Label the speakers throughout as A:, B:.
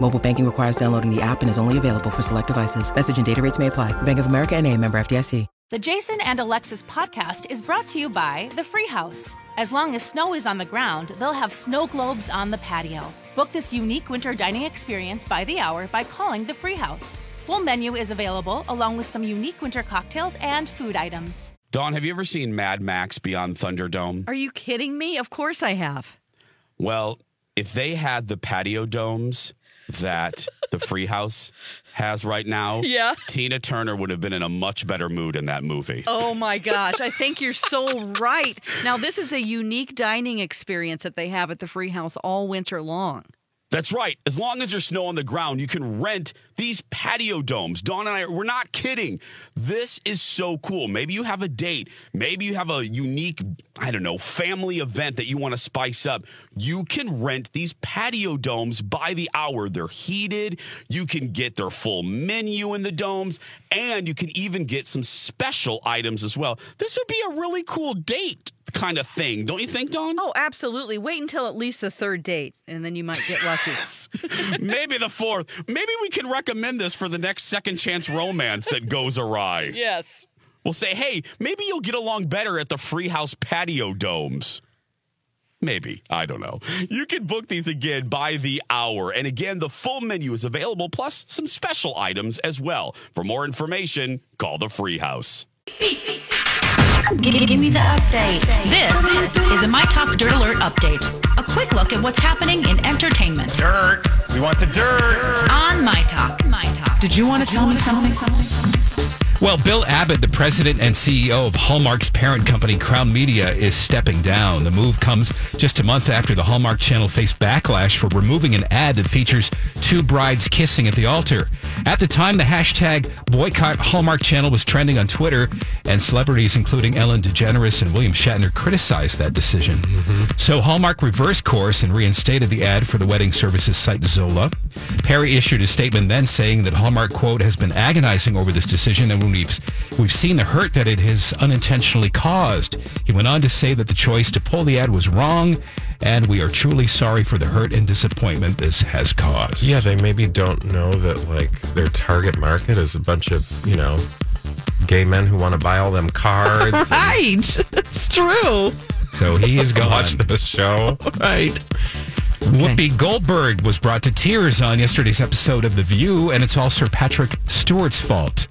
A: Mobile banking requires downloading the app and is only available for select devices. Message and data rates may apply. Bank of America and a member FDIC.
B: The Jason and Alexis podcast is brought to you by The Free House. As long as snow is on the ground, they'll have snow globes on the patio. Book this unique winter dining experience by the hour by calling The Free House. Full menu is available along with some unique winter cocktails and food items.
C: Don, have you ever seen Mad Max Beyond Thunderdome?
D: Are you kidding me? Of course I have.
C: Well, if they had the patio domes that the Free House has right now,
D: Yeah.
C: Tina Turner would have been in a much better mood in that movie.
D: Oh my gosh. I think you're so right. Now, this is a unique dining experience that they have at the Free House all winter long.
C: That's right. As long as there's snow on the ground, you can rent these patio domes. Dawn and I, we're not kidding. This is so cool. Maybe you have a date. Maybe you have a unique, I don't know, family event that you want to spice up. You can rent these patio domes by the hour. They're heated. You can get their full menu in the domes, and you can even get some special items as well. This would be a really cool date kind of thing, don't you think, Dawn?
D: Oh, absolutely. Wait until at least the third date, and then you might get lucky.
C: Maybe the fourth. Maybe we can recommend this for the next second chance romance that goes awry.
D: yes.
C: We'll say, hey, maybe you'll get along better at the Free House patio domes. Maybe. I don't know. You can book these again by the hour. And again, the full menu is available, plus some special items as well. For more information, call the Free House.
E: Give, give me the update.
F: This is a My Talk Dirt Alert update. A quick look at what's happening in entertainment
G: dirt. We want the dirt.
F: on My Talk. My Talk. Did you want to tell me something?
H: Well, Bill Abbott, the president and CEO of Hallmark's parent company, Crown Media, is stepping down. The move comes just a month after the Hallmark Channel faced backlash for removing an ad that features two brides kissing at the altar. At the time, the hashtag boycott Hallmark Channel was trending on Twitter, and celebrities including Ellen DeGeneres and William Shatner criticized that decision. So Hallmark reversed course and reinstated the ad for the wedding services site Zola. Perry issued a statement then saying that Hallmark quote has been agonizing over this decision and we've we've seen the hurt that it has unintentionally caused. He went on to say that the choice to pull the ad was wrong and we are truly sorry for the hurt and disappointment this has caused.
I: Yeah, they maybe don't know that like their target market is a bunch of you know gay men who want to buy all them cards. and
D: Right. It's true.
H: So he is gone.
I: Watch the show.
D: Right.
H: Whoopi Goldberg was brought to tears on yesterday's episode of The View, and it's all Sir Patrick Stewart's fault.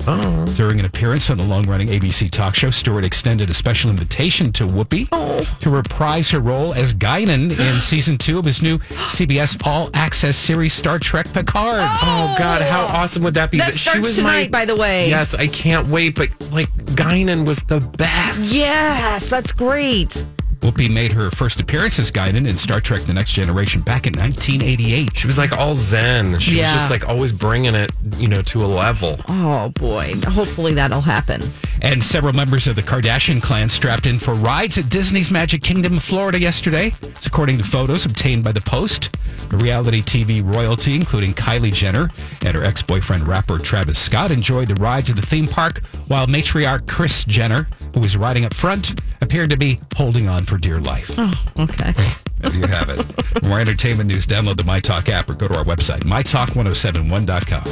H: During an appearance on the long running ABC talk show, Stewart extended a special invitation to Whoopi to reprise her role as Guinan in season two of his new CBS All Access series, Star Trek Picard.
I: Oh God, how awesome would that be?
D: That starts tonight, by the way.
I: Yes, I can't wait. But like Guinan was the best.
D: Yes, that's great.
H: Whoopi made her first appearance as Guinan in Star Trek The Next Generation back in 1988.
I: She was like all zen. She
D: Yeah.
I: was just like always bringing it, you know, to a level.
D: Oh, boy. Hopefully that'll happen.
H: And several members of the Kardashian clan strapped in for rides at Disney's Magic Kingdom of Florida yesterday. It's according to photos obtained by The Post. The reality TV royalty, including Kylie Jenner and her ex boyfriend rapper Travis Scott, enjoyed the rides at the theme park, while matriarch Chris Jenner, who was riding up front, appeared to be holding on for dear life.
D: Okay.
H: There you have it. For more entertainment news, download the MyTalk app or go to our website, mytalk1071.com.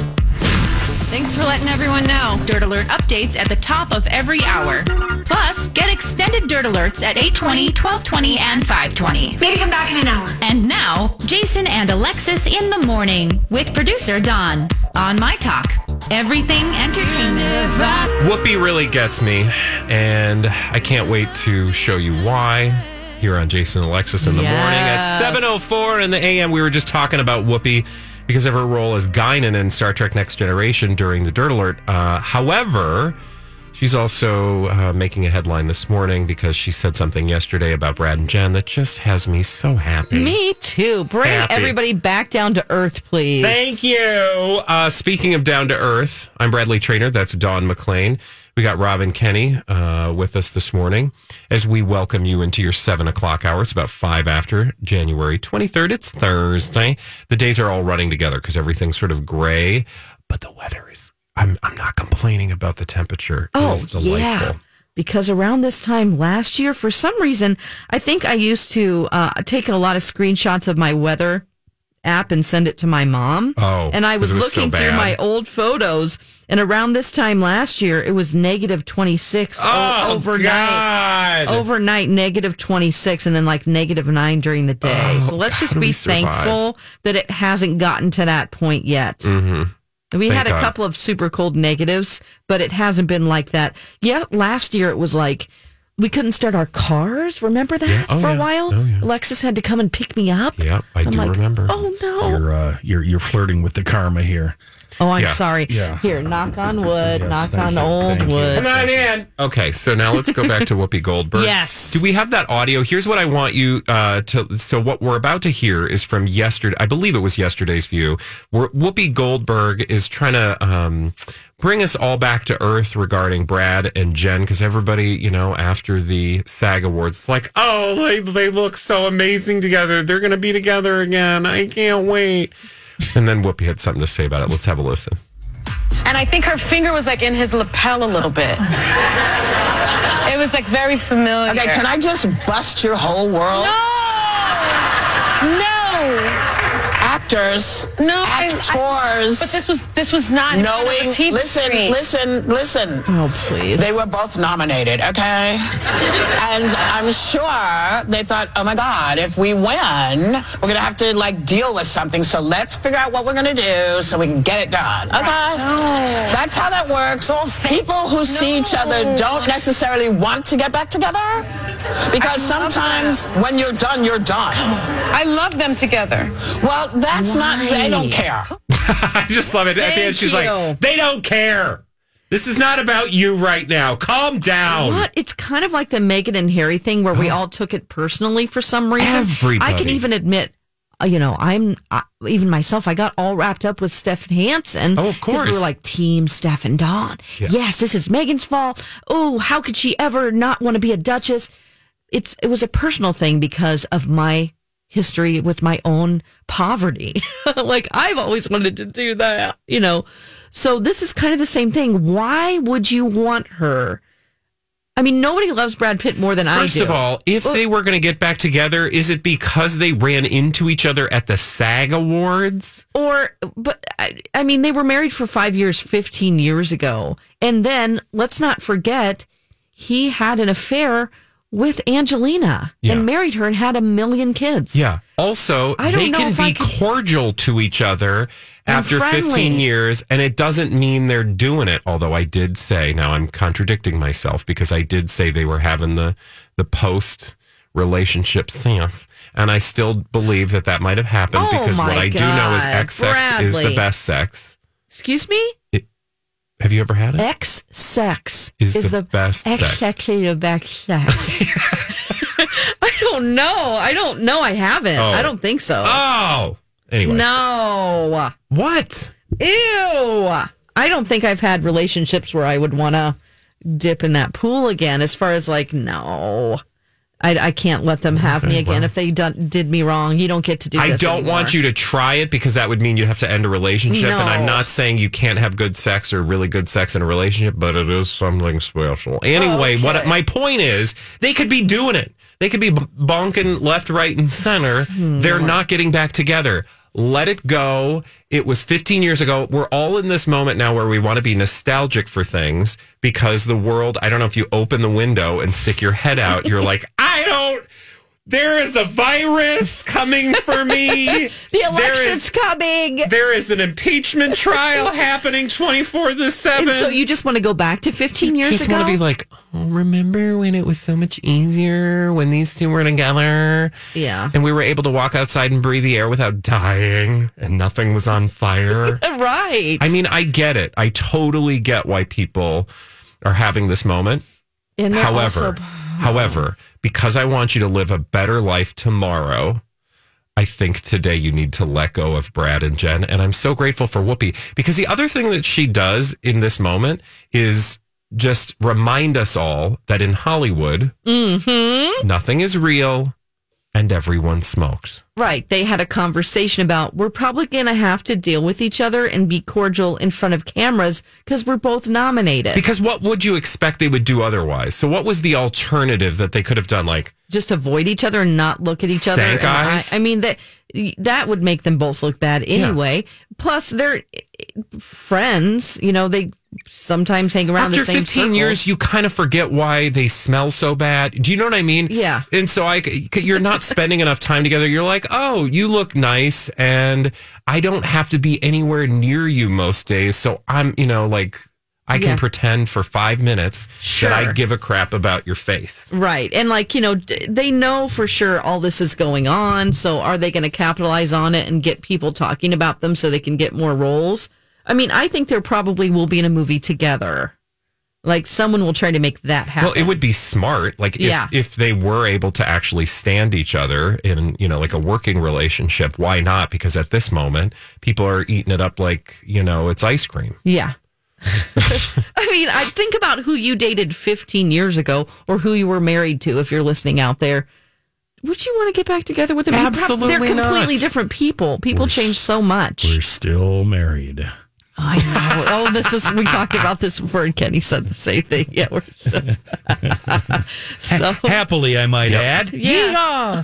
F: Thanks for letting everyone know. Dirt Alert updates at the top of every hour. Plus, get extended Dirt Alerts at 820, 1220, and 520.
E: Maybe come back in an hour.
F: And now, Jason and Alexis in the morning with producer Don on My Talk. Everything entertainment.
I: Whoopi really gets me, and I can't wait to show you why. here on Jason and Alexis in the
D: Yes.
I: morning at 7.04 in the AM. We were just talking about Whoopi because of her role as Guinan in Star Trek Next Generation during the Dirt Alert. Uh, however, she's also uh, making a headline this morning because she said something yesterday about Brad and Jen that just has me so happy.
J: Me too. Bring
I: Happy.
J: everybody back down to earth, please.
I: Thank you. Uh, speaking of down to earth, I'm Bradley Trainer. That's Don McLean. We got Robin Kenny uh, with us this morning as we welcome you into your seven o'clock hour. It's about five after January 23rd. It's Thursday. The days are all running together because everything's sort of gray, but the weather is. I'm I'm not complaining about the temperature. It
J: Oh,
I: is
J: yeah. Because around this time last year, for some reason, I think I used to uh, take a lot of screenshots of my weather app and send it to my mom.
I: Oh,
J: and I
I: 'cause
J: was,
I: it was so
J: looking through
I: bad.
J: my old photos, and around this time last year, it was negative 26 o-
I: Oh,
J: overnight.
I: God.
J: Overnight, negative 26, and then like negative 9 during the day. so let's just
I: Oh, do
J: be
I: we survive?
J: thankful that it hasn't gotten to that point yet.
I: Mm-hmm.
J: We
I: Thank
J: had a
I: God.
J: couple of super cold negatives, but it hasn't been like that. Yeah, last year it was like we couldn't start our cars. Remember that
I: Oh,
J: for a
I: yeah.
J: while?
I: Oh, yeah.
J: Alexis had to come and pick me up.
I: Yep, I
J: I'm
I: do
J: like,
I: remember.
J: Oh no.
K: You're uh, you're you're flirting with the karma here.
J: Oh, I'm
I: Yeah.
J: sorry.
K: Yeah.
J: Here, knock on wood,
K: Yes,
J: knock
K: thank
J: on
K: you,
J: old
K: thank you.
J: wood.
K: Come on
I: in. Okay, so now let's go back to Whoopi Goldberg.
J: Yes.
I: Do we have that audio? Here's what I want you uh, to. So what we're about to hear is from yesterday. I believe it was yesterday's view, where Whoopi Goldberg is trying to um, bring us all back to earth regarding Brad and Jen, because everybody, you know, after the SAG Awards, it's like, oh, they, they look so amazing together. They're going to be together again. I can't wait. And then Whoopi had something to say about it. Let's have a listen.
L: And I think her finger was like in his lapel a little bit. it was like very familiar.
M: Okay, can I just bust your whole world?
L: No! No!
M: Actors,
L: No, I- I-
M: actors.
L: but this was- this was not in front of a
M: knowing.
L: TV
M: listen,
L: screen.
M: listen, listen.
J: Oh please.
M: They were both nominated, okay? and I'm sure they thought, oh my God, if we win, we're gonna have to like deal with something. So let's figure out what we're gonna do so we can get it done. Okay? That's how that works. People who see each other don't necessarily want to get back together because sometimes when you're done, you're done. I
L: love them together.
M: Well, that's not. They don't care.
I: I just love it. At the end, she's like, they don't care. This is not about you right now. Calm down.
J: What? It's kind of like the Megan and Harry thing where we all took it personally for some reason. I can
I: Everybody.
J: even admit, uh, you know, I'm I, even myself. I got all wrapped up with Stefan Hansen.
I: Oh, of
J: 'cause we
I: course.
J: were like team Stefan Don.
I: Yeah.
J: Yes, this is Megan's fault. Oh, how could she ever not want to be a duchess? It's it was a personal thing because of my history with my own poverty. like I've always wanted to do that, you know. So this is kind of the same thing. Why would you want her? I mean, nobody loves Brad Pitt more than I do.
I: First of all, if
J: Well,
I: they were going to get back together, is it because they ran into each other at the SAG Awards?
J: or but I, I mean, they were married for five years, fifteen years ago, and then let's not forget he had an affair with Angelina
I: Yeah.
J: and married her and had a million kids.
I: Yeah. Also,
J: I don't
I: they
J: know
I: can
J: if I
I: be
J: could-
I: cordial to each other
J: And
I: after
J: friendly.
I: 15 years, and it doesn't mean they're doing it. Although I did say, now I'm contradicting myself because I did say they were having the the post relationship seance, and I still believe that that might have happened
J: Oh
I: because what
J: my
I: I do know is
J: God,
I: ex sex is the
J: Bradley.
I: best sex.
J: Excuse me.
I: Have you ever had it?
J: Ex sex
I: Is the best sex.
J: exactly the best sex. I don't know. I don't know. I haven't.
I: Oh.
J: I don't think so.
I: Oh, anyway.
J: No.
I: What?
J: Ew. I don't think I've had relationships where I would want to dip in that pool again. As far as like, no, I, I can't let them have me
I: Okay,
J: again.
I: well.
J: If they done, did me wrong, you don't get to do.
I: I
J: this
I: don't
J: anymore.
I: want you to try it because that would mean you'd have to end a relationship. And I'm
J: No.
I: not saying you can't have good sex or really good sex in a relationship, but it is something special. Anyway, what my point is, they could be doing it. They could be b- bonking left, right, and center.
J: Hmm.
I: They're not getting back together. Let it go. It was 15 years ago. We're all in this moment now where we want to be nostalgic for things because the world, I don't know if you open the window and stick your head out, you're like, I don't There is a virus coming for me.
J: the election's coming.
I: There is an impeachment trial happening 24 to 7.
J: And so you just want to go back to 15 years
I: just
J: ago?
I: want to be like, oh, remember when it was so much easier when these two were together?
J: Yeah.
I: And we were able to walk outside and breathe the air without dying and nothing was on fire.
J: right.
I: I mean, I get it. I totally get why people are having this moment.
J: And they're
I: however,
J: also-
I: however, because I want you to live a better life tomorrow, I think today you need to let go of Brad and Jen. And I'm so grateful for Whoopi because the other thing that she does in this moment is just remind us all that in Hollywood,
J: Mm-hmm.
I: nothing is real and everyone smokes.
J: Right. They had a conversation about we're probably going to have to deal with each other and be cordial in front of cameras because we're both nominated.
I: Because what would you expect they would do otherwise? So, what was the alternative that they could have done? Like,
J: just avoid each other and not look at each other.
I: Stank
J: in the eye.
I: eyes?
J: I mean that that would make them both look bad anyway. Plus, they're eh, friends. You know, they sometimes hang around
I: after
J: the same
I: 15 years you kind of forget why they smell so bad do you know what i mean
J: Yeah.
I: and so i c- you're not spending enough time together you're like oh you look nice and i don't have to be anywhere near you most days so i'm you know like i can
J: Yeah.
I: pretend for five minutes that i
J: Sure.
I: give a crap about your face
J: Right. And like, you know, d- they know for sure all this is going on. So are they going to capitalize on it and get people talking about them so they can get more roles? I mean, I think there probably will be in a movie together. Like someone will try to make that happen.
I: well it would be smart like if,
J: Yeah.
I: if they were able to actually stand each other in you know like a working relationship why not because at this moment people are eating it up like you know it's ice cream
J: yeah. I mean, I think about who you dated 15 years ago or who you were married to if you're listening out there. Would you want to get back together with them? You prob-
K: Absolutely
J: They're
K: not.
J: completely different people. People change so much.
K: We're still married.
J: I know. Oh, this is we talked about this before, and Kenny said the same thing. Yeah, we're still so
K: Happily, I might add.
J: yeah.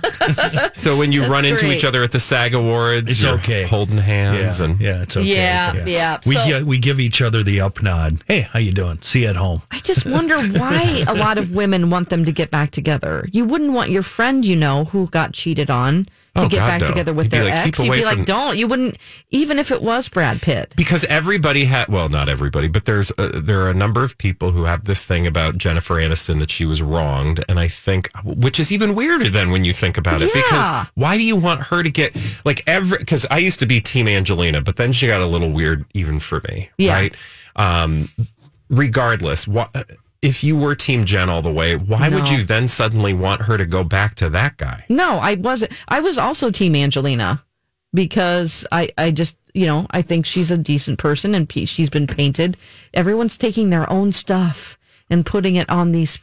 I: So when you
J: That's
I: run into
J: great.
I: each other at the SAG Awards,
K: It's
I: you're
K: okay.
I: holding hands
K: Yeah,
I: and
K: yeah, it's okay.
J: Yeah,
K: okay.
J: yeah.
K: We
J: So-
K: gi- we give each other the up nod. Hey, how you doing? See you at home.
J: I just wonder why a lot of women want them to get back together. You wouldn't want your friend, you know, who got cheated on to
I: Oh,
J: get
I: God,
J: back
I: no.
J: together with
I: You'd be
J: their
I: like, "Keep
J: ex. You'd
I: away
J: be
I: from-
J: like, don't. You wouldn't, even if it was Brad Pitt.
I: because everybody had well, not everybody, but there's a, there are a number of people who have this thing about Jennifer Aniston that she was wronged, and I think which is even weirder than when you think about it
J: Yeah.
I: because why do you want her to get like every because I used to be Team Angelina, but then she got a little weird even for me,
J: Yeah.
I: right? Um, regardless, what. If you were Team Jen all the way, why would
J: No.
I: you then suddenly want her to go back to that guy?
J: No, I wasn't. I was also Team Angelina because I, I just, you know, I think she's a decent person and pe- she's been painted. Everyone's taking their own stuff and putting it on these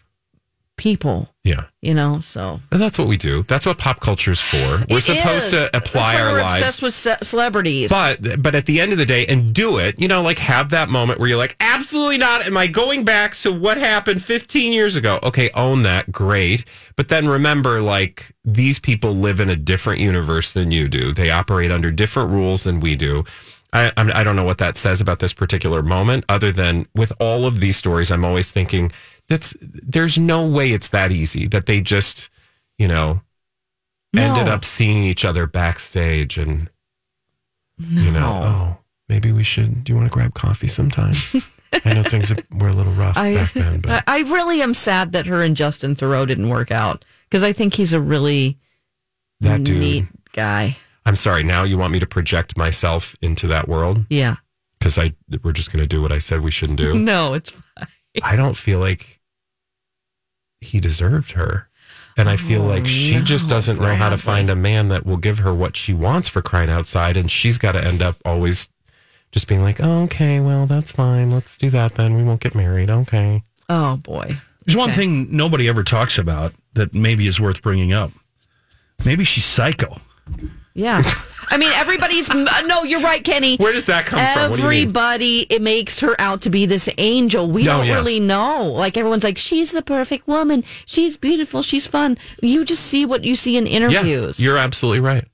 J: people,
I: Yeah.
J: you know, so.
I: And That's what we do. That's what pop culture's for. We're
J: It
I: supposed
J: is.
I: to apply
J: That's why
I: our
J: we're
I: lives.
J: obsessed with ce- celebrities.
I: But but at the end of the day, and do it, you know, like have that moment where you're like, absolutely not. Am I going back to what happened 15 years ago? Okay, own that. Great. But then remember, like, these people live in a different universe than you do. They operate under different rules than we do. I, I'm- I don't know what that says about this particular moment, other than with all of these stories, I'm always thinking that's there's no way it's that easy that they just, you know, ended
J: No.
I: up seeing each other backstage and you know, oh, maybe we should. Do you want to grab coffee sometime? I know things were a little rough
J: I,
I: back then, but
J: I I really am sad that her and Justin Thoreau didn't work out because I think he's a really
I: that dude.
J: neat guy.
I: I'm sorry. Now you want me to project myself into that world
J: Yeah.
I: because I we're just going to do what I said we shouldn't do.
J: No, it's
I: I don't feel like he deserved her. And I feel like she just doesn't know how to find a man that will give her what she wants for crying outside. And she's got to end up always just being like, oh, okay, well, that's fine. Let's do that then. We won't get married. Okay.
J: oh boy.
K: There's one thing nobody ever talks about that maybe is worth bringing up. Maybe she's psycho.
J: Yeah. I mean, everybody's. No, you're right, Kenny.
I: Where does that come from? What do you mean?
J: Everybody, it makes her out to be this angel. We
I: No,
J: don't
I: yeah.
J: really know. Like, everyone's like, she's the perfect woman. She's beautiful. She's fun. You just see what you see in interviews.
I: Yeah, you're absolutely right.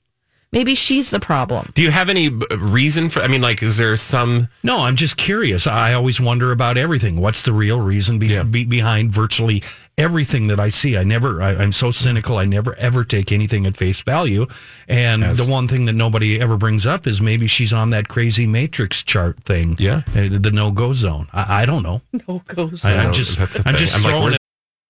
J: Maybe she's the problem.
I: Do you have any b- reason for? I mean, like, is there some?
K: No, I'm just curious. I always wonder about everything. What's the real reason be- be- behind virtually everything that I see. I never, I, I'm so cynical. I never ever take anything at face value. And the one thing that nobody ever brings up is maybe she's on that crazy matrix chart thing.
I: Yeah.
K: uh, the no go zone. I, I don't know.
N: No goes.
K: I,
I: know,
K: am just,
I: that's the
K: I'm
I: thing.
K: just
I: I'm like,
K: throwing
I: where's
K: it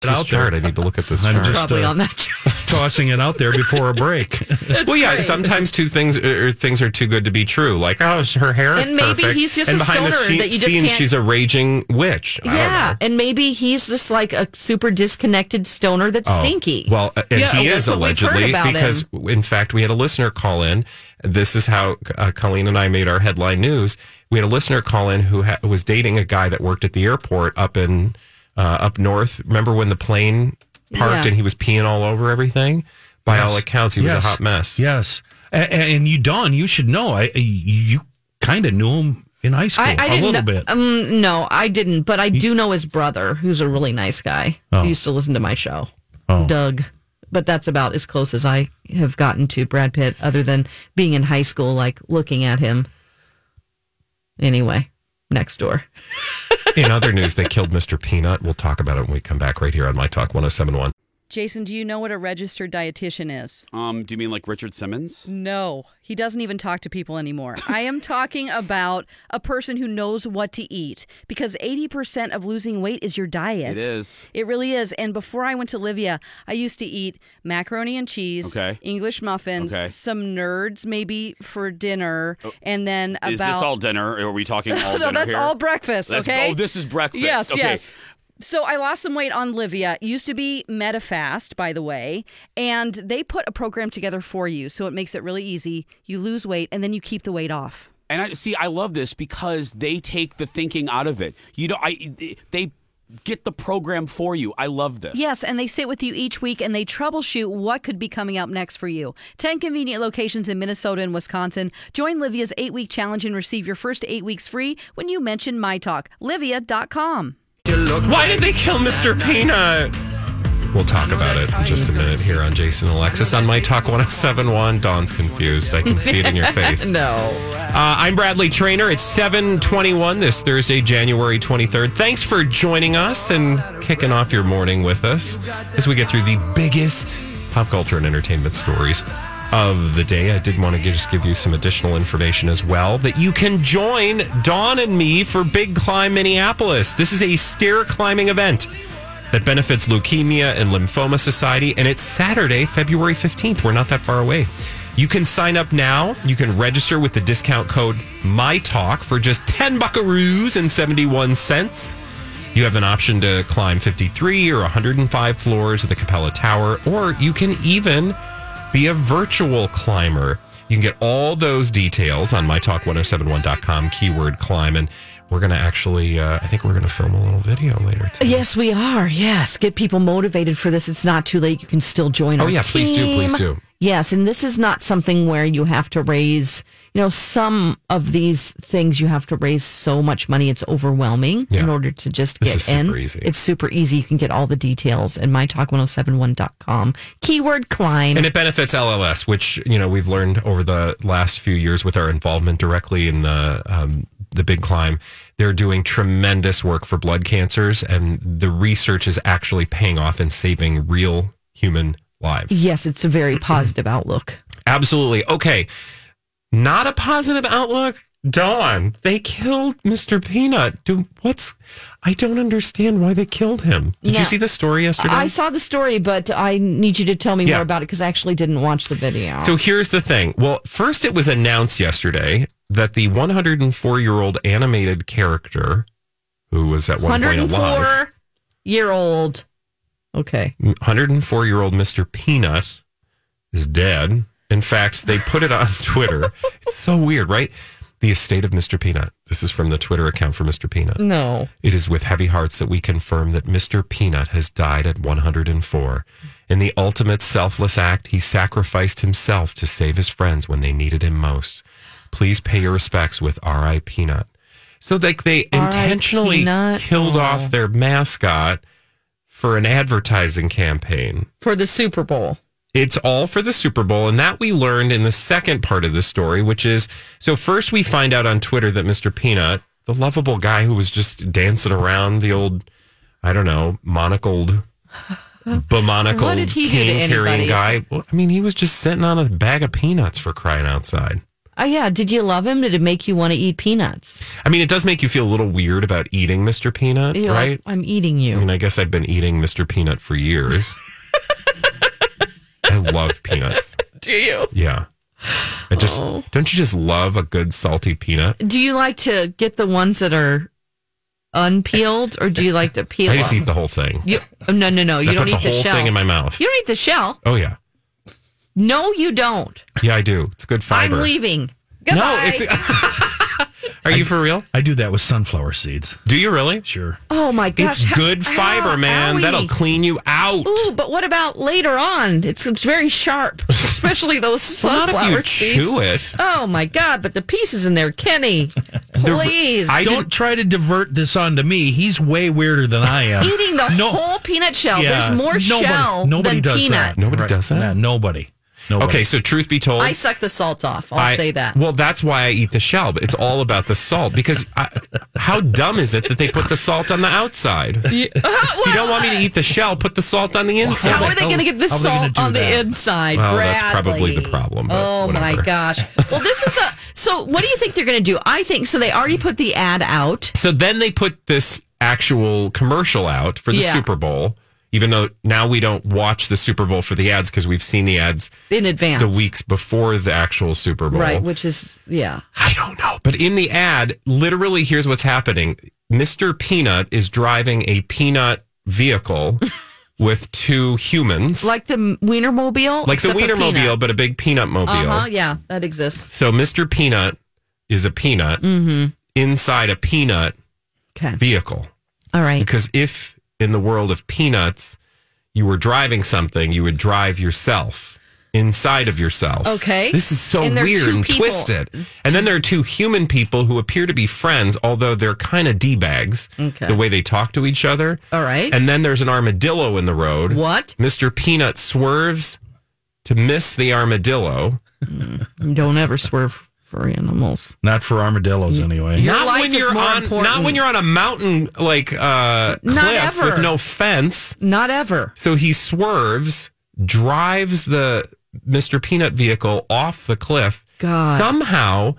I: this chart. I need to look at this
K: I'm
I: chart.
K: just, Probably uh, on
J: that
K: tossing it out there before a break.
I: well, yeah. Sometimes two things or things are too good to be true. Like, oh, her hair is
J: And maybe
I: perfect,
J: he's just
I: and
J: a
I: behind the
J: stoner
I: she-
J: that you just
I: scenes,
J: can't-
I: she's a raging witch. I don't
J: Yeah, and maybe he's just like a super disconnected stoner that's
I: Oh,
J: stinky.
I: Well, uh, and
J: Yeah,
I: he is
J: that's what we've heard
I: allegedly
J: about him.
I: because, in fact, we had a listener call in. This is how uh, Colleen and I made our headline news. We had a listener call in who ha- was dating a guy that worked at the airport up in uh, up north. Remember when the plane parked
K: Yeah.
I: and he was peeing all over everything? By all
K: Yes.
I: accounts, he was
K: Yes.
I: a hot mess.
K: Yes. And, and you, Don, you should know. I You kind of knew him in high school
J: I, I
K: a
J: didn't.
K: little
J: know-
K: bit.
J: Um, no, I didn't. But I do know his brother, who's a really nice guy.
K: Oh.
J: He used to listen to my show,
K: Oh.
J: Doug. But that's about as close as I have gotten to Brad Pitt, other than being in high school, like looking at him. Anyway, next door.
I: in other news, they killed Mr. Peanut. We'll talk about it when we come back right here on My Talk 1071.
D: Jason, do you know what a registered dietitian is?
C: Um, do you mean like Richard Simmons?
D: No, he doesn't even talk to people anymore. I am talking about a person who knows what to eat because 80% of losing weight is your diet.
C: It is.
D: It really is. And before I went to Livia, I used to eat macaroni and cheese,
C: Okay.
D: English muffins,
C: Okay. Oh,
D: some nerds maybe for dinner, and then about
C: is this all dinner? Or are we talking all
D: no,
C: dinner
D: that's
C: here?
D: all breakfast.
C: That's-
D: okay.
C: Oh, this is breakfast.
D: Yes.
C: okay.
D: Yes. So I lost some weight on Livia. It Used to be MetaFast, by the way, and they put a program together for you, so it makes it really easy. You lose weight, and then you keep the weight off.
C: And I see. I love this because they take the thinking out of it. You don't. I. They get the program for you. I love this.
D: Yes, and they sit with you each week and they troubleshoot what could be coming up next for you. 10 convenient locations in Minnesota and Wisconsin. Join Livia's eight week challenge and receive your first eight weeks free when you mention my talk. Livia.com.
I: Why did they kill Mr. Peanut? We'll talk about it in just a minute here on Jason and Alexis on My Talk 1071. Dawn's confused. I can see it in your face.
J: no.
I: Uh, I'm Bradley Trainer. It's 721 this Thursday, January 23rd. Thanks for joining us and kicking off your morning with us as we get through the biggest pop culture and entertainment stories of the day. I did want to gi- just give you some additional information as well that you can join Dawn and me for Big Climb Minneapolis. This is a stair climbing event that benefits Leukemia and Lymphoma Society, and it's Saturday, February 15th. We're not that far away. You can sign up now. You can register with the discount code MyTalk for just 10 buckaroos and 71 cents. You have an option to climb 53 or 105 floors of the Capella Tower, or you can even be a virtual climber. You can get all those details on mytalk1071.com, keyword climb. And we're going to actually, uh, I think we're going to film a little video later
J: Yes, we are. Yes, get people motivated for this. It's not too late. You can still join.
I: Oh,
J: our
I: yeah, please do, please
J: team.
I: do.
J: Yes, and this is not something where you have to raise. You know, some of these things you have to raise so much money it's overwhelming in order to just
I: This
J: get
I: is super
J: in.
I: easy.
J: It's super easy. You can get all the details at mytalk1071.com. Keyword climb.
I: And it benefits LLS, which you know we've learned over the last few years with our involvement directly in the um, the Big Climb. They're doing tremendous work for blood cancers, and the research is actually paying off and saving real human lives.
J: yes, it's a very positive outlook.
I: Absolutely. Okay. Not a positive outlook. Dawn, they killed Mr. Peanut. Do what's? I don't understand why they killed him. Did
J: No.
I: you see the story yesterday?
J: I saw the story, but I need you to tell me
I: Yeah.
J: more about it because I actually didn't watch the video.
I: So here's the thing. Well, first it was announced yesterday that the 104 year old animated character, who was at one point alive,
J: 104 year old. Okay.
I: 104 year old Mr. Peanut is dead. In fact, they put it on Twitter. It's so weird, right? The estate of Mr. Peanut. This is from the Twitter account for Mr. Peanut.
J: No.
I: It is with heavy hearts that we confirm that Mr. Peanut has died at 104. In the ultimate selfless act, he sacrificed himself to save his friends when they needed him most. Please pay your respects with R.I. Peanut. So, like, they
J: R.I.
I: intentionally
J: Peanut? Oh.
I: killed off their mascot for an advertising campaign.
J: For the Super Bowl.
I: It's all for the Super Bowl. And that we learned in the second part of the story, which is so first we find out on Twitter that Mr. Peanut, the lovable guy who was just dancing around the old, I don't know, monocled, bemonocled
J: What did he do to
I: cane-carrying
J: anybody?
I: guy. Well, I mean, he was just sitting on a bag of peanuts for crying outside.
J: Oh, yeah. Did you love him? Did it make you want to eat peanuts?
I: I mean, it does make you feel a little weird about eating Mr. Peanut,
J: You're like,
I: right?
J: I'm eating you.
I: I mean, I guess I've been eating Mr. Peanut for years. I love peanuts.
J: Do you?
I: Yeah. I just
J: Oh.
I: don't you just love a good salty peanut?
J: Do you like to get the ones that are unpeeled or do you like to peel
I: I just
J: them?
I: eat the whole thing.
J: You, oh, no, no, no.
I: I
J: You don't
I: put
J: eat
I: the
J: the
I: whole
J: shell.
I: thing in my mouth.
J: You don't eat the shell.
I: Oh yeah.
J: No, you don't.
I: Yeah, I do. It's good fiber.
J: I'm leaving.
I: No, it's Are you for real?
K: I do that with sunflower seeds.
I: Do you really?
K: Sure.
J: Oh my gosh.
I: It's
J: how-
I: good fiber,
J: ow,
I: man.
J: owie.
I: That'll clean you out.
J: Ooh, but what about later on? It's, it's very sharp, especially those
I: Well, not
J: sunflower
I: if you
J: seeds.
I: chew it.
J: Oh my god! But the pieces in there, Kenny. Please,
K: I don't
J: don't
K: try to divert this onto me. He's way weirder than I am.
J: eating the
K: No-
J: whole peanut shell.
K: Yeah,
J: There's more
K: nobody-
J: shell
K: nobody
J: than
K: does
J: peanut.
K: That.
I: Nobody does that?
K: Yeah, nobody. Nobody.
I: Okay, so truth be told,
J: I suck the salt off. I'll
I: I-
J: say that.
I: Well, that's why I eat the shell. But it's all about the salt because I, how dumb is it that they put the salt on the outside? if you don't want me to eat the shell, put the salt on the inside.
J: How are they going to get the
I: How are they gonna
J: salt
I: do
J: on the
I: that?
J: inside?
I: Well, that's
J: Bradley?
I: probably the problem. but
J: Oh my
I: whatever.
J: gosh! Well, this is a. So, what do you think they're going to do? I think so. They already put the ad out.
I: So then they put this actual commercial out for the
J: Yeah.
I: Super Bowl, even though now we don't watch the Super Bowl for the ads because we've seen the ads
J: In advance.
I: the weeks before the actual Super Bowl.
J: Right, which is yeah.
I: I don't know. But in the ad, literally, here's what's happening Mr. Peanut is driving a peanut vehicle with two humans,
J: Like the
I: like
J: Wienermobile.
I: the
J: except for peanut.
I: Wienermobile, but a big peanut mobile.
J: Uh huh. Yeah, that exists.
I: So Mr. Peanut is a peanut
J: Mm-hmm.
I: inside a peanut
J: Okay.
I: vehicle.
J: All right.
I: Because if in the world of peanuts you were driving something, you would drive yourself inside of yourself.
J: Okay.
I: This is so
J: And there are
I: weird
J: two
I: and
J: people.
I: twisted. And then there are two human people who appear to be friends, although they're kind of D bags,
J: Okay.
I: the way they talk to each other.
J: All right.
I: And then there's an armadillo in the road.
J: What?
I: Mr. Peanut swerves to miss the armadillo.
J: Don't ever swerve for animals.
K: Not for armadillos, anyway.
J: Your
I: not
J: life
I: when
J: is
I: you're
J: more
I: on
J: important.
I: not when you're on a mountain like uh cliff
J: ever.
I: with no fence.
J: Not ever.
I: So he swerves, drives the Mr. Peanut vehicle off the cliff.
J: God.
I: Somehow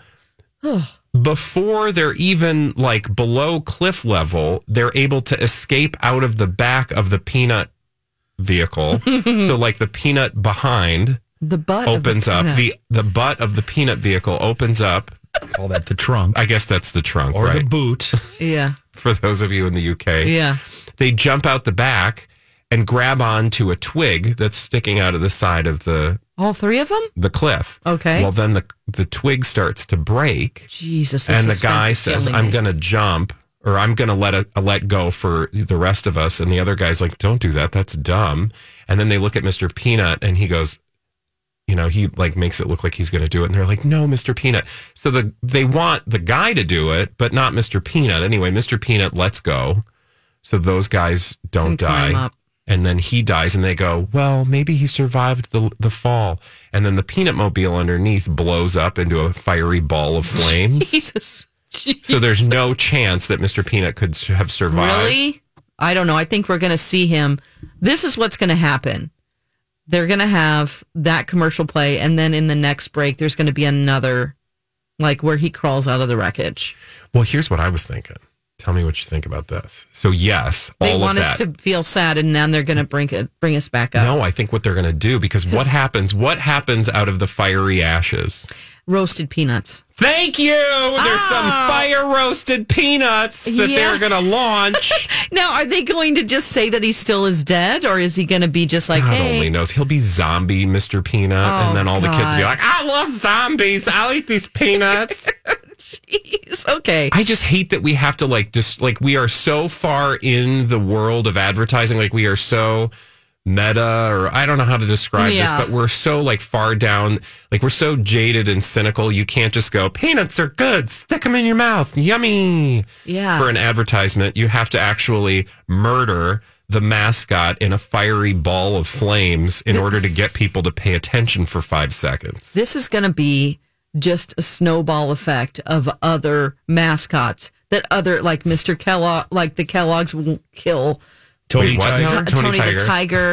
I: before they're even like below cliff level, they're able to escape out of the back of the peanut vehicle. so like the peanut behind
J: The butt of the
I: opens up.
J: peanut.
I: The the butt of the peanut vehicle opens up.
K: Call that the trunk
I: I guess that's the trunk,
K: or
I: right?
K: the boot.
J: yeah.
I: for those of you in the UK.
J: Yeah.
I: They jump out the back and grab onto a twig that's sticking out of the side of the,
J: All three of them.
I: the cliff.
J: Okay.
I: Well, then the, the twig starts to break,
J: Jesus.
I: and the
J: suspense
I: guy
J: is
I: says,
J: killing
I: I'm
J: me."
I: going to jump. Or I'm gonna let a, a let go for the rest of us, and the other guy's like, "Don't do that. That's dumb." And then they look at Mr. Peanut, and he goes, you know, he like makes it look like he's going to do it, and they're like, "No, Mr. Peanut." So the they want the guy to do it, but not Mr. Peanut. Anyway, Mr. Peanut lets go, so those guys don't
J: Can climb
I: die,
J: up.
I: and then he dies, and they go, "Well, maybe he survived the the fall," and then the peanut mobile underneath blows up into a fiery ball of flames.
J: Jesus.
I: so there's no chance that Mr. Peanut could s- have survived.
J: Really? I don't know. I think we're going to see him. This is what's going to happen. They're going to have that commercial play, and then in the next break, there's going to be another like where he crawls out of the wreckage.
I: Well, here's what I was thinking. Tell me what you think about this. So yes,
J: They
I: all
J: want
I: of
J: us
I: that.
J: to feel sad, and then they're going to bring it, bring us back up.
I: No, I think what they're going to do because what happens? What happens out of the fiery ashes?
J: Roasted peanuts.
I: Thank you. There's some fire roasted peanuts that
J: Yeah.
I: they're going to launch.
J: Now, are they going to just say that he still is dead, or is he going to be just like,
I: God
J: hey,
I: only knows. He'll be zombie Mr. Peanut,
J: Oh,
I: and then all the kids be
J: God.
I: like, "I love zombies. I'll eat these peanuts."
J: Jeez, okay.
I: I just hate that we have to like just like we are so far in the world of advertising, like we are so meta or I don't know how to describe this,
J: Yeah.
I: but we're so like far down, like we're so jaded and cynical. You can't just go, peanuts are good, stick them in your mouth, yummy.
J: Yeah.
I: For an advertisement, you have to actually murder the mascot in a fiery ball of flames in order to get people to pay attention for five seconds.
J: this is going to be just a snowball effect of other mascots that other like Mr. Kellogg, like the Kellogg's will kill
I: Tony Wait, what? Tiger?
J: Tony,
I: Tony
J: the
I: Tiger.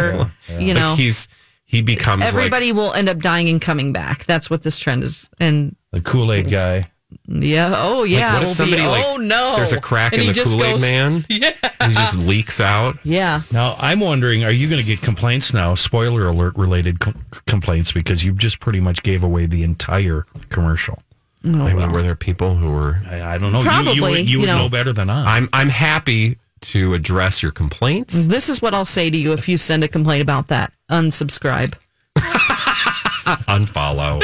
J: Tiger.
I: Yeah.
J: You
I: Like,
J: know,
I: he's he becomes like
J: everybody will end up dying and coming back. That's what this trend is. And
K: The Kool Aid guy.
J: yeah, oh
I: Like,
J: yeah,
I: what if
J: we'll
I: somebody
J: be,
I: like
J: oh no,
I: there's a crack in
J: And he
I: the
J: just
I: Kool Aid
J: goes-
I: Man? Yeah, he just leaks out.
J: Yeah.
K: Now I'm wondering, are you going to get complaints now? Spoiler alert related com- complaints because you just pretty much gave away the entire commercial.
I: I mean, were there people who were?
K: I, I don't know. You- you would-
J: Probably,
K: You,
J: you
K: would
J: know.
K: know better than I.
I: I'm I'm happy to address your complaints.
J: This is what I'll say to you if you send a complaint about that. Unsubscribe.
I: Unfollow.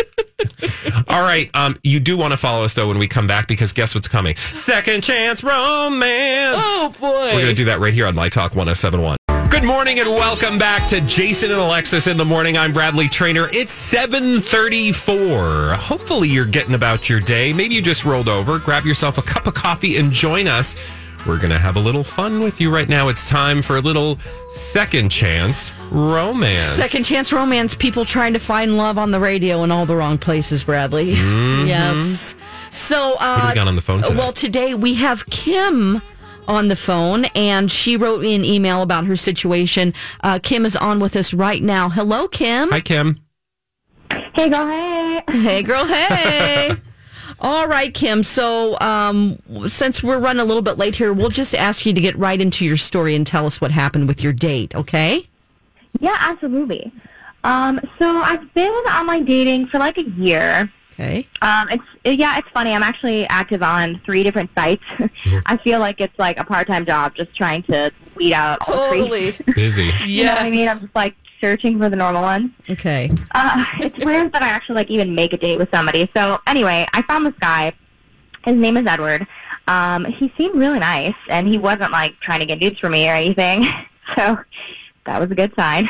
I: All right. Um, you do want to follow us though when we come back because guess what's coming? Second chance romance.
J: Oh boy.
I: We're going to do that right here on My Talk 1071. Good morning and welcome back to Jason and Alexis in the morning. I'm Bradley Trainer. It's 7:34. Hopefully you're getting about your day. Maybe you just rolled over, grab yourself a cup of coffee and join us. We're going to have a little fun with you right now. It's time for a little second chance romance.
J: Second chance romance, people trying to find love on the radio in all the wrong places, Bradley. Yes. So, uh,
I: Who Mm-hmm. do we got on the phone today?
J: Well, today we have Kim on the phone, and she wrote me an email about her situation. Uh, Kim is on with us right now. Hello, Kim.
I: Hi Kim.
N: Hey, girl, hey.
J: Hey, girl. Hey. All right, Kim. So, um, since we're running a little bit late here, we'll just ask you to get right into your story and tell us what happened with your date, okay?
N: Yeah, absolutely. Um, so I've been on online dating for like a year.
J: Okay.
N: Um, it's yeah, it's funny. I'm actually active on three different sites. I feel like it's like a part-time job, just trying to weed out all the creeps.
I: Busy.
N: you know what I mean? I'm just like searching for the normal ones.
J: Okay.
N: Uh, it's rare that I actually like even make a date with somebody. So anyway, I found this guy. His name is Edward. Um, he seemed really nice, and he wasn't like trying to get dudes for me or anything. So that was a good sign.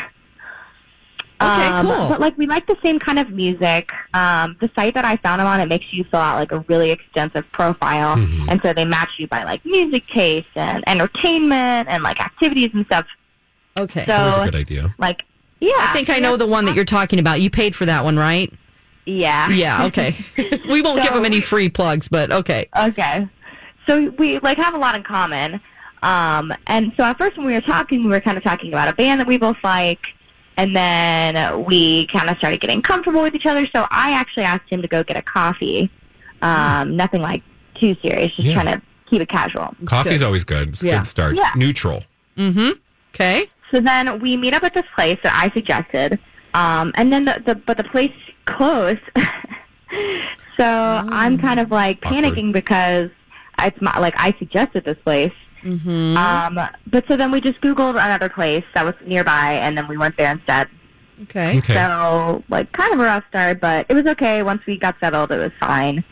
J: Okay,
N: Um,
J: cool.
N: But like we like the same kind of music. Um, the site that I found him on, it makes you fill out like a really extensive profile,
J: Mm-hmm.
N: and so they match you by like music taste and entertainment and like activities and stuff.
J: Okay.
N: So
I: idea.
N: like yeah,
J: I think I know the one that you're talking about. You paid for that one, right?
N: Yeah.
J: Yeah, okay. we won't give
N: So
J: them any free plugs, but okay.
N: Okay. So we like have a lot in common. Um, and so at first when we were talking, we were kind of talking about a band that we both like. And then we kind of started getting comfortable with each other. So I actually asked him to go get a coffee. Um, nothing like too serious, just
I: Yeah.
N: trying to keep it casual.
I: Coffee's always good. It's a
N: Yeah.
I: good start.
N: Yeah.
I: Neutral.
N: Mm-hmm.
J: Okay.
N: So then we meet up at this place that I suggested, um, and then the, the but the place closed. so I'm kind of like panicking because it's my, like I suggested this place.
J: Mm-hmm.
N: Um, but so then we just Googled another place that was nearby, and then we went there instead.
J: Okay. Okay.
N: So like kind of a rough start, but it was okay. Once we got settled, it was fine.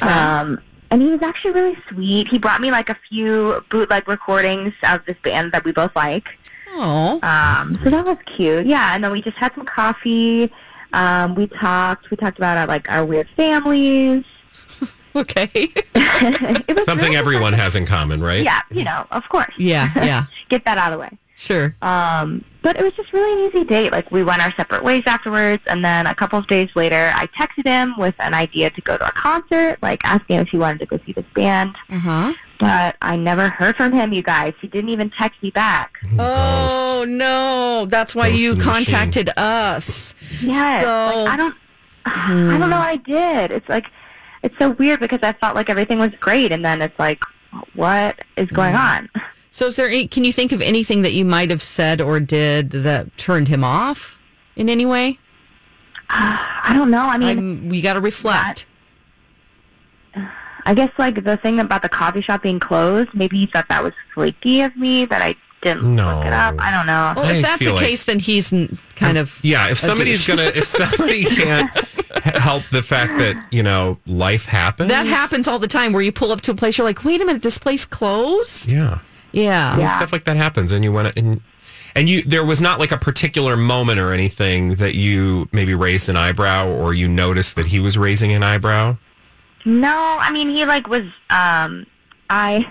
N: Um, and he was actually really sweet. He brought me like a few bootleg recordings of this band that we both like.
J: Oh.
N: Um, so that was cute. Yeah, and then we just had some coffee. Um, we talked. We talked about our, like our weird families.
J: okay.
N: it was
I: Something
N: really-
I: everyone has in common, right?
N: Yeah, you know, of course.
J: Yeah, yeah.
N: Get that out of the way.
J: Sure.
N: Um, but it was just really an easy date. Like we went our separate ways afterwards, and then a couple of days later, I texted him with an idea to go to a concert, like asking him if he wanted to go see this band.
J: Uh-huh.
N: But I never heard from him, you guys. He didn't even text me back.
J: Oh no, that's why
N: Ghost
J: you
N: in the machine.
J: contacted us.
N: Yes.
J: So Hmm.
N: like, I don't. I don't know what I did. It's like it's so weird because I felt like everything was great, and then it's like, what is going
J: Hmm.
N: on?
J: So, is there? Any, can you think of anything that you might have said or did that turned him off in any way?
N: I don't know. I mean,
J: I'm, we got to reflect.
N: I guess like the thing about the coffee shop being closed, maybe he thought that was flaky of me that I didn't
I: No.
N: look it up. I don't know.
J: Well, if that's the case, then he's n- kind of
I: Yeah, if
J: a
I: somebody's
J: douche.
I: gonna, if somebody can't help the fact that you know life happens,
J: that happens all the time, where you pull up to a place, you're like, "Wait a minute, this place closed."
I: Yeah,
J: Yeah.
I: I mean, stuff like that happens, and you went and and you there was not like a particular moment or anything that you maybe raised an eyebrow or you noticed that he was raising an eyebrow.
N: No, I mean he like was um I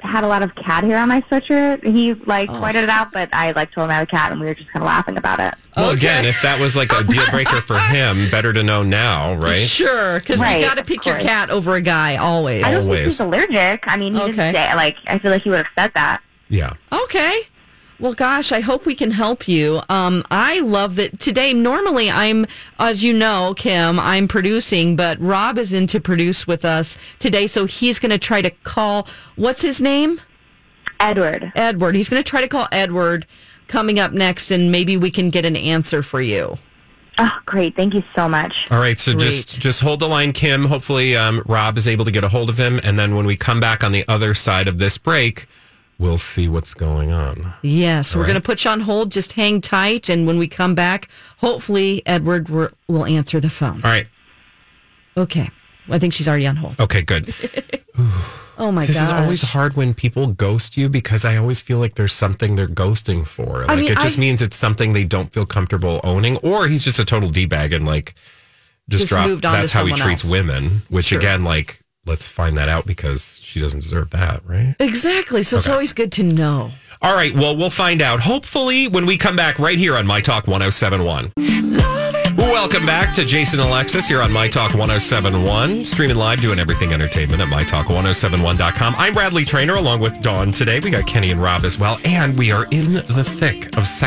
N: had a lot of cat hair on my sweatshirt. He like pointed it out, but I like told him I had a cat, and we were just kind of laughing about it.
I: Well, again, if that was
J: Oh
I: like a deal breaker for him, better to know now, right?
J: Sure, because
N: Right,
J: you got to
N: of
J: pick your
N: course.
J: cat over a guy always.
N: I don't think he's allergic. I mean, he didn't say like I feel like he would have said that.
I: Yeah.
J: Okay. Well, gosh, I hope we can help you. Um, I love that today. Normally, I'm, as you know, Kim, I'm producing, but Rob is in to produce with us today. So he's going to try to call, what's his name?
N: Edward.
J: Edward. He's going to try to call Edward coming up next, and maybe we can get an answer for you.
N: Oh, great! Thank you so much.
I: All right, so just just hold the line, Kim. Hopefully, um, Rob is able to get a hold of him, and then when we come back on the other side of this break, we'll see what's going on.
J: Yes,
I: All
J: we're
I: right.
J: going to put you on hold. Just hang tight. And when we come back, hopefully, Edward will will answer the phone.
I: All right.
J: Okay. I think she's already on hold.
I: Okay, good.
J: Oh, my
I: this
J: gosh.
I: is always hard when people ghost you because I always feel like there's something they're ghosting for. Like
J: mean,
I: it just
J: I-
I: means it's something they don't feel comfortable owning, or he's just a total d bag and like just,
J: Just
I: drop.
J: moved on to
I: that's how he
J: someone
I: treats
J: else.
I: women. Which again, like let's find that out because she doesn't deserve that, right?
J: Exactly. So it's always good to know.
I: All right. Well, we'll find out. Hopefully, when we come back right here on My Talk 1071. Welcome back to Jason and Alexis here on My Talk 1071, streaming live, doing everything entertainment at MyTalk1071.com. I'm Bradley Trainer along with Dawn today. We got Kenny and Rob as well, and we are in the thick of sex.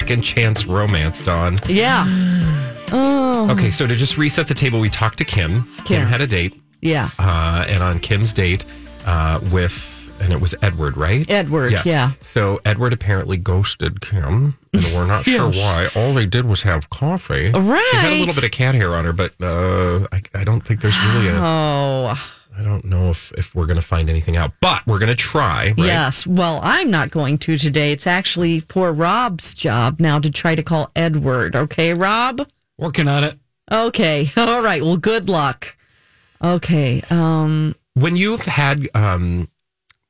I: Second chance romance, Dawn.
O: Yeah.
J: Oh.
I: Okay, so to just reset the table, we talked to Kim. Kim,
J: Kim.
I: had a date,
J: Yeah.
I: uh, and on Kim's date uh, with, and it was Edward, right?
J: Edward, yeah.
I: So Edward apparently ghosted Kim, and we're not sure
J: Yes.
I: why. All they did was have coffee. She had a little
J: Right.
I: bit of cat hair on her, but uh, I, I don't think there's really a.
J: Oh.
I: I don't know if, if we're going to find anything out, but we're going to try, right?
J: Yes. Well, I'm not going to today. It's actually poor Rob's job now to try to call Edward. Okay, Rob?
K: Working on it.
J: Okay. All right. Well, good luck. Okay. Um
I: When you've had um,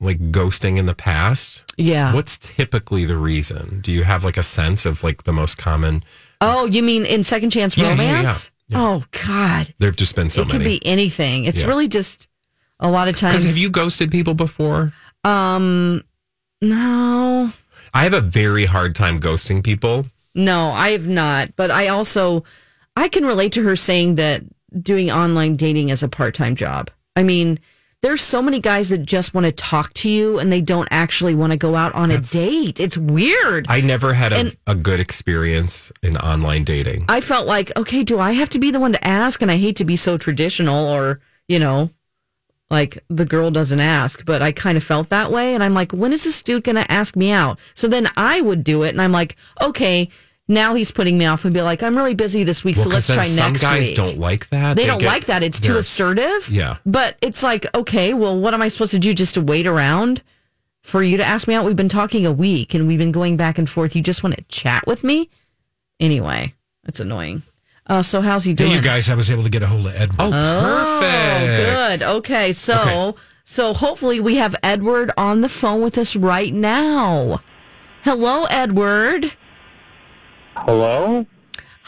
I: like ghosting in the past,
J: yeah.
I: what's typically the reason? Do you have like a sense of like the most common?
J: Oh, you mean in second chance
I: Yeah, yeah, yeah,
J: romance? Oh god.
I: There have just been so
J: it
I: many.
J: could be anything. It's
I: Yeah.
J: really just a lot of
I: 'Cause
J: times
I: have you ghosted people before?
J: um no.
I: I have a very hard time ghosting people.
J: No, I have not. But I also, I can relate to her saying that doing online dating is a part time job. I mean, there's so many guys that just want to talk to you and they don't actually want to go out on a date. It's weird.
I: I never had a,
J: And-
I: a good experience in online dating.
J: I felt like, okay, do I have to be the one to ask? And I hate to be so traditional or, you know, like the girl doesn't ask, but I kind of felt that way. And I'm like, when is this dude going to ask me out? So then I would do it. And I'm like, okay, now he's putting me off and be like, I'm really busy this week.
I: Well,
J: so let's
I: 'cause then
J: try
I: some
J: next
I: guys
J: week.
I: don't like that.
J: They, don't
I: get-
J: like that. It's too
I: they're-
J: assertive.
I: Yeah.
J: But it's like, okay, well, what am I supposed to do just to wait around for you to ask me out? We've been talking a week and we've been going back and forth. You just want to chat with me? Anyway, that's annoying. Uh, so how's he doing?
K: Hey, you guys, I was able to get a hold of Edward.
J: Oh, Good. Okay. So,
K: Okay.
J: so hopefully we have Edward on the phone with us right now. Hello, Edward.
P: Hello?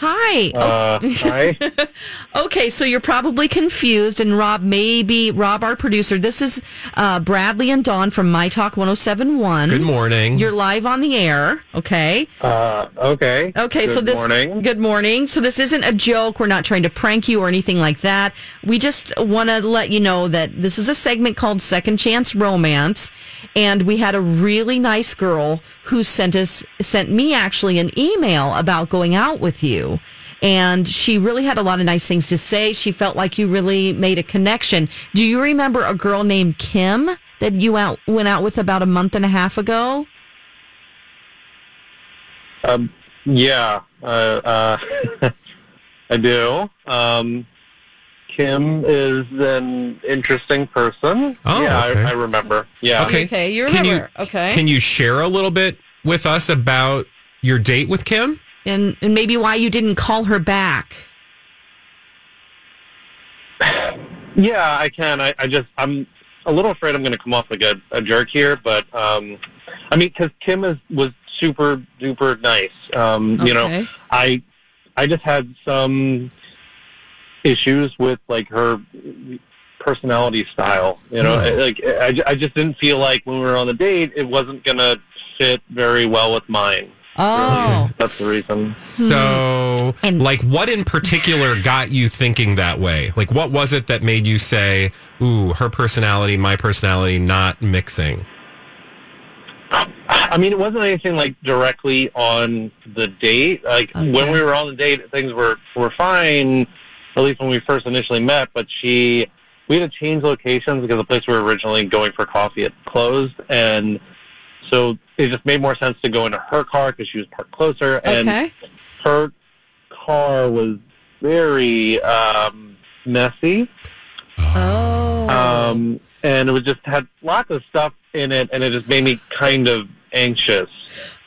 J: Hi. Oh.
P: Uh, hi.
J: okay, so you're probably confused, and Rob, maybe Rob, our producer. This is uh, Bradley and Dawn from My Talk 1071.
I: Good morning.
J: You're live on the air. Okay.
P: Uh, okay.
J: Okay,
P: Good
J: so this
P: morning.
J: good morning. So this isn't a joke. We're not trying to prank you or anything like that. We just want to let you know that this is a segment called Second Chance Romance, and we had a really nice girl who sent us sent me actually an email about going out with you. And she really had a lot of nice things to say. She felt like you really made a connection. Do you remember a girl named Kim that you out went out with about a month and a half ago?
P: Um, yeah, uh, uh, I do. Um, Kim is an interesting person.
I: Oh,
P: yeah,
I: okay.
P: I, I remember. Yeah.
I: Okay.
J: Okay, you
I: Can
J: remember. okay.
I: Can you share a little bit with us about your date with Kim?
J: and and maybe why you didn't call her back.
P: Yeah, I can. I, I just I'm a little afraid I'm going to come off like a, a jerk here, but um, I mean, because Kim is was super duper nice. Um, You know,
Q: Okay.
P: I I just had some issues with like her personality style. You know,
Q: Hmm.
P: like I, I just didn't feel like when we were on the date, it wasn't going to fit very well with mine.
J: Oh,
P: That's the reason.
I: Hmm. So, like, what in particular got you thinking that way? Like, what was it that made you say, "Ooh, her personality, my personality, not mixing"?
P: I mean, it wasn't anything like directly on the date. Like when we were on the date, things were were fine, at least when we first initially met. But she, we had to change locations because the place we were originally going for coffee had closed, and so it just made more sense to go into her car because she was parked closer, and
J: Okay.
P: her car was very um, messy.
J: Oh.
P: Um, and it was just had lots of stuff in it, and it just made me kind of anxious.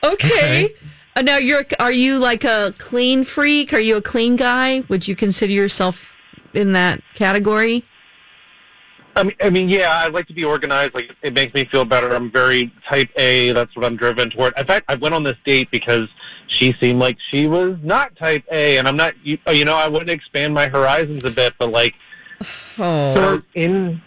J: Okay. Uh, now you're are you like a clean freak? Are you a clean guy? Would you consider yourself in that category?
P: I mean, I mean, yeah, I like to be organized. Like, it makes me feel better. I'm very type A. That's what I'm driven toward. In fact, I went on this date because she seemed like she was not type A, and I'm not. You, oh, you know, I wouldn't expand my horizons a bit, but like,
J: oh,
P: so in.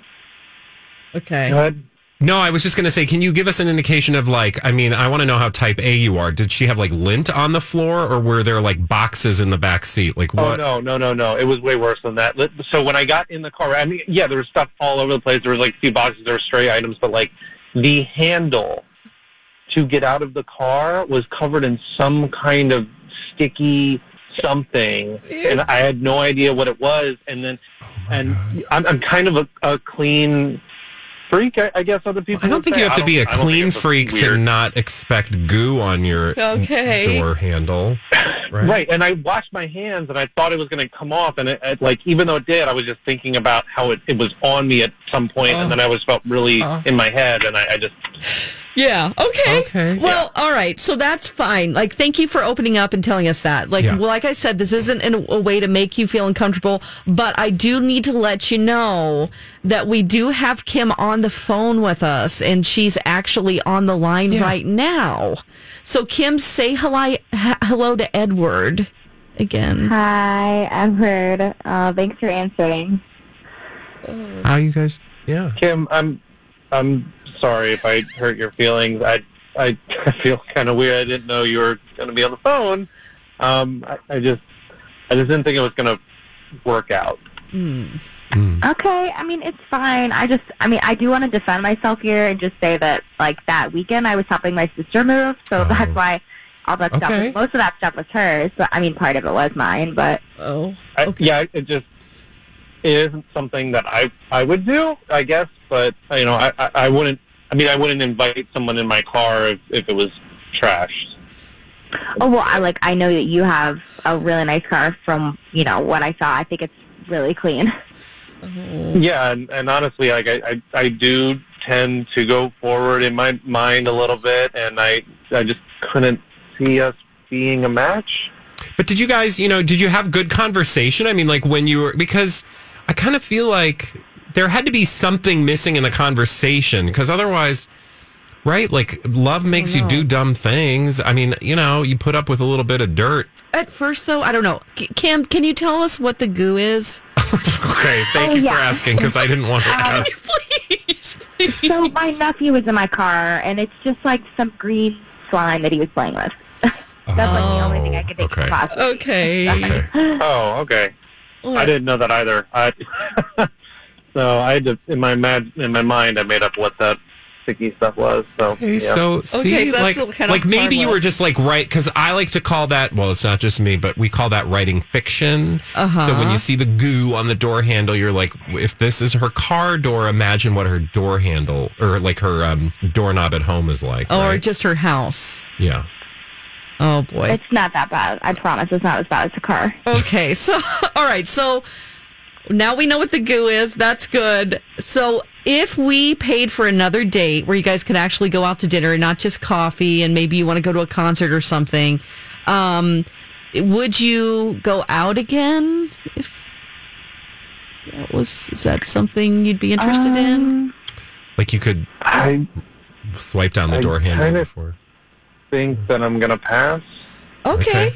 J: Okay.
I: No, I was just going to say, can you give us an indication of like, I mean, I want to know how type A you are. Did she have like lint on the floor or were there like boxes in the back seat? Like
P: Oh
I: what?
P: no, no, no, no! It was way worse than that. Let- So when I got in the car, I mean, yeah, there was stuff all over the place. There was like a few boxes, there were stray items, but like the handle to get out of the car was covered in some kind of sticky something, and I had no idea what it was. And then,
I: Oh,
P: and I'm, I'm kind of a, a clean freak, I, I guess. Other people,
I: I don't think you have to be a clean freak to not expect goo on your
P: Okay.
I: door handle.
P: Right. and I washed my hands, and I thought it was going to come off, and it, it, like even though it did, I was just thinking about how it, it was on me at some point, and then I was felt really in my head, and I, I just
J: Yeah. Okay. Okay. Well, all right. So that's fine. Like, thank you for opening up and telling us that. Like, well, like I said, this isn't in a way to make you feel uncomfortable, but I do need to let you know that we do have Kim on the phone with us, and she's actually on the line right now. So, Kim, say hello, hello to Edward again.
N: Hi, I'm Heard. Uh, thanks for answering.
I: How you guys? Yeah,
P: Kim, I'm I'm sorry if I hurt your feelings. I I feel kind of weird. I didn't know you were going to be on the phone. Um, I, I just I just didn't think it was going to work out.
N: Okay, I mean it's fine. I just, I mean, I do want to defend myself here and just say that, like that weekend, I was helping my sister move, so
I: Oh.
N: that's why all that stuff,
P: Okay.
N: was, most of that stuff was hers. But I mean, part of it was mine. But
J: oh,
P: I, yeah, it just it isn't something that I I would do, I guess. But you know, I, I, I wouldn't. I mean, I wouldn't invite someone in my car if, if it was trashed.
N: oh well, I like, I know that you have a really nice car from you know what I saw. I think it's really clean.
P: Yeah, and, and honestly, like I, I I do tend to go forward in my mind a little bit, and I I just couldn't see us being a match.
I: But did you guys, you know, did you have good conversation? I mean, like when you were, because I kind of feel like there had to be something missing in the conversation because otherwise, Right? Like love makes you
J: know.
I: do dumb things. I mean, you know, you put up with a little bit of dirt.
J: At first, though, I don't know. C- Cam, can you tell us what the goo is?
I: Okay, thank
N: Oh,
I: you
N: yeah.
I: for asking because I didn't want to
N: Um,
I: ask.
N: So my nephew was in my car, and it's just like some green slime that he was playing with. That's like the only thing I could think
I: Oh,
P: okay.
N: of. possibly.
P: Okay. Oh, okay. I didn't know that either. I, so I had to, in my mad, in my mind, I made up what that sticky stuff was. So
I: Okay, so see, like, like maybe you were just like right because I like to call that. Well, it's not just me, but we call that writing fiction.
J: Uh-huh.
I: So when you see the goo on the door handle, you're like, if this is her car door, imagine what her door handle or like her um, doorknob at home is like.
J: Or
I: right?
J: just her house?
I: yeah.
J: Oh boy.
N: It's not that bad. I promise, it's not as bad as the car.
J: Okay, so all right, so now we know what the goo is. That's good. So if we paid for another date where you guys could actually go out to dinner and not just coffee, and maybe you want to go to a concert or something, um, would you go out again? If that was is that something you'd be interested in?
I: Like you could swipe down the
P: I
I: door handle
P: kinda-
I: before.
P: think that I'm gonna pass.
J: Okay.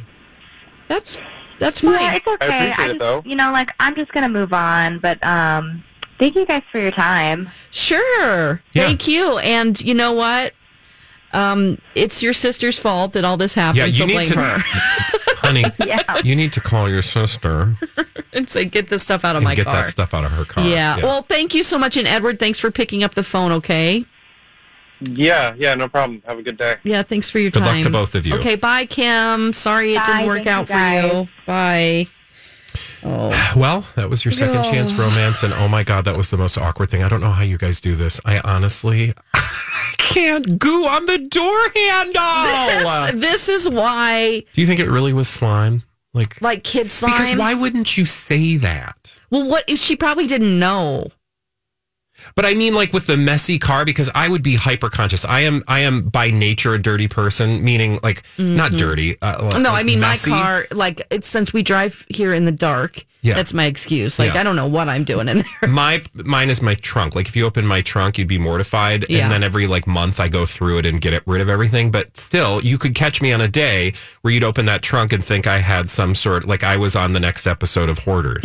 J: That's that's
N: fine. Yeah, it's okay.
P: appreciate it,
N: just,
P: though.
N: You know, like I'm just gonna move on. But um, thank you guys for your time.
J: Sure. Thank you. And you know what? Um, it's your sister's fault that all this happened.
I: Yeah, you
J: so
I: need
J: blame
I: to,
J: her
I: honey. You need to call your sister
J: and say, "Get this stuff out of
I: and
J: my
I: get
J: car."
I: that stuff out of her car.
J: Yeah. Well, thank you so much, and Edward, thanks for picking up the phone. Okay.
P: Yeah, yeah, no problem. Have a good day.
J: Yeah. Thanks for your
I: Good luck
J: time.
I: to both of you.
J: Okay. Bye, Kim. Sorry it
N: Bye,
J: didn't work out
N: thank
J: for
N: you guys.
J: you. Bye.
I: Well, that was your second
J: Yeah.
I: chance romance, and oh my god, that was the most awkward thing. I don't know how you guys do this. I honestly, Can't goo on the door handle.
J: This, this is why,
I: do you think it really was slime? Like,
J: like, kids slime.
I: because why wouldn't you say that?
J: Well, what she probably didn't know.
I: But I mean, like with the messy car, because I would be hyper conscious. I am, I am by nature a dirty person, meaning like not
J: Mhm.
I: dirty. Uh, like,
J: no, I mean
I: messy.
J: my car. Like it's since we drive here in the dark.
I: Yeah.
J: That's my excuse. Like
I: Yeah.
J: I don't know what I'm doing in there.
I: my mine is my trunk. Like if you open my trunk, you'd be mortified.
J: Yeah.
I: And then every like month, I go through it and get it, rid of everything. But still, you could catch me on a day where you'd open that trunk and think I had some sort like I was on the next episode of Hoarders.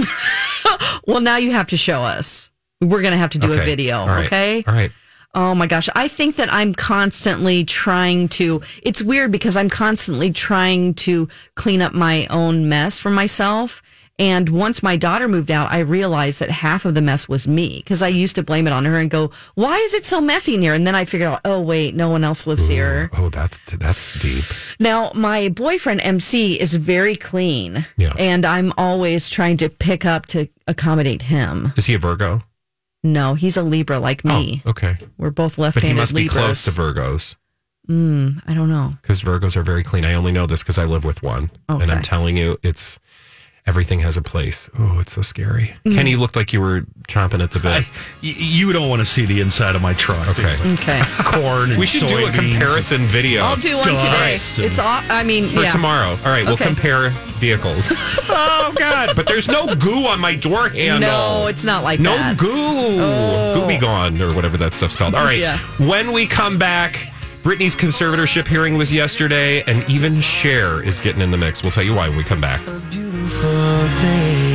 J: Well, now you have to show us. We're gonna have to do a
I: Okay.
J: video.
I: All right.
J: Okay.
I: All right.
J: Oh my gosh. I think that I'm constantly trying to, it's weird because I'm constantly trying to clean up my own mess for myself. And once my daughter moved out, I realized that half of the mess was me because I used to blame it on her and go, why is it so messy in here? And then I figured out, oh, wait, no one else lives here.
I: Oh, that's that's deep.
J: Now, my boyfriend MC is very clean.
I: Yeah.
J: And I'm always trying to pick up to accommodate him.
I: Is he a Virgo?
J: No, he's a Libra like me.
I: Okay.
J: We're both
I: Oh. But
J: left-handed
I: he must be close
J: Libras.
I: to Virgos
J: Mm, I don't know.
I: because Virgos are very clean. I only know this because I live with one, and
J: Okay.
I: I'm telling you, it's everything has a place. Oh, it's so scary.
J: Mm-hmm.
K: Mm.
I: Kenny looked like you were chomping at the bit.
K: Y- you don't want to see the inside of my truck. Okay.
J: Okay.
K: Corn. And
I: We should do a
K: soybeans.
I: comparison video.
J: I'll do one today.
I: Dust and-
J: It's all. I mean,
I: Or
J: yeah.
I: tomorrow. All right, we'll
J: Okay.
I: compare vehicles. oh God! But there's no goo on my door handle.
J: No, it's not like
I: no
J: that.
I: goo. Goo be gone or whatever that stuff's called. All right.
J: Yeah.
I: When we come back, Britney's conservatorship hearing was yesterday, and even Cher is getting in the mix. We'll tell you why when we come back.
Q: beautiful day.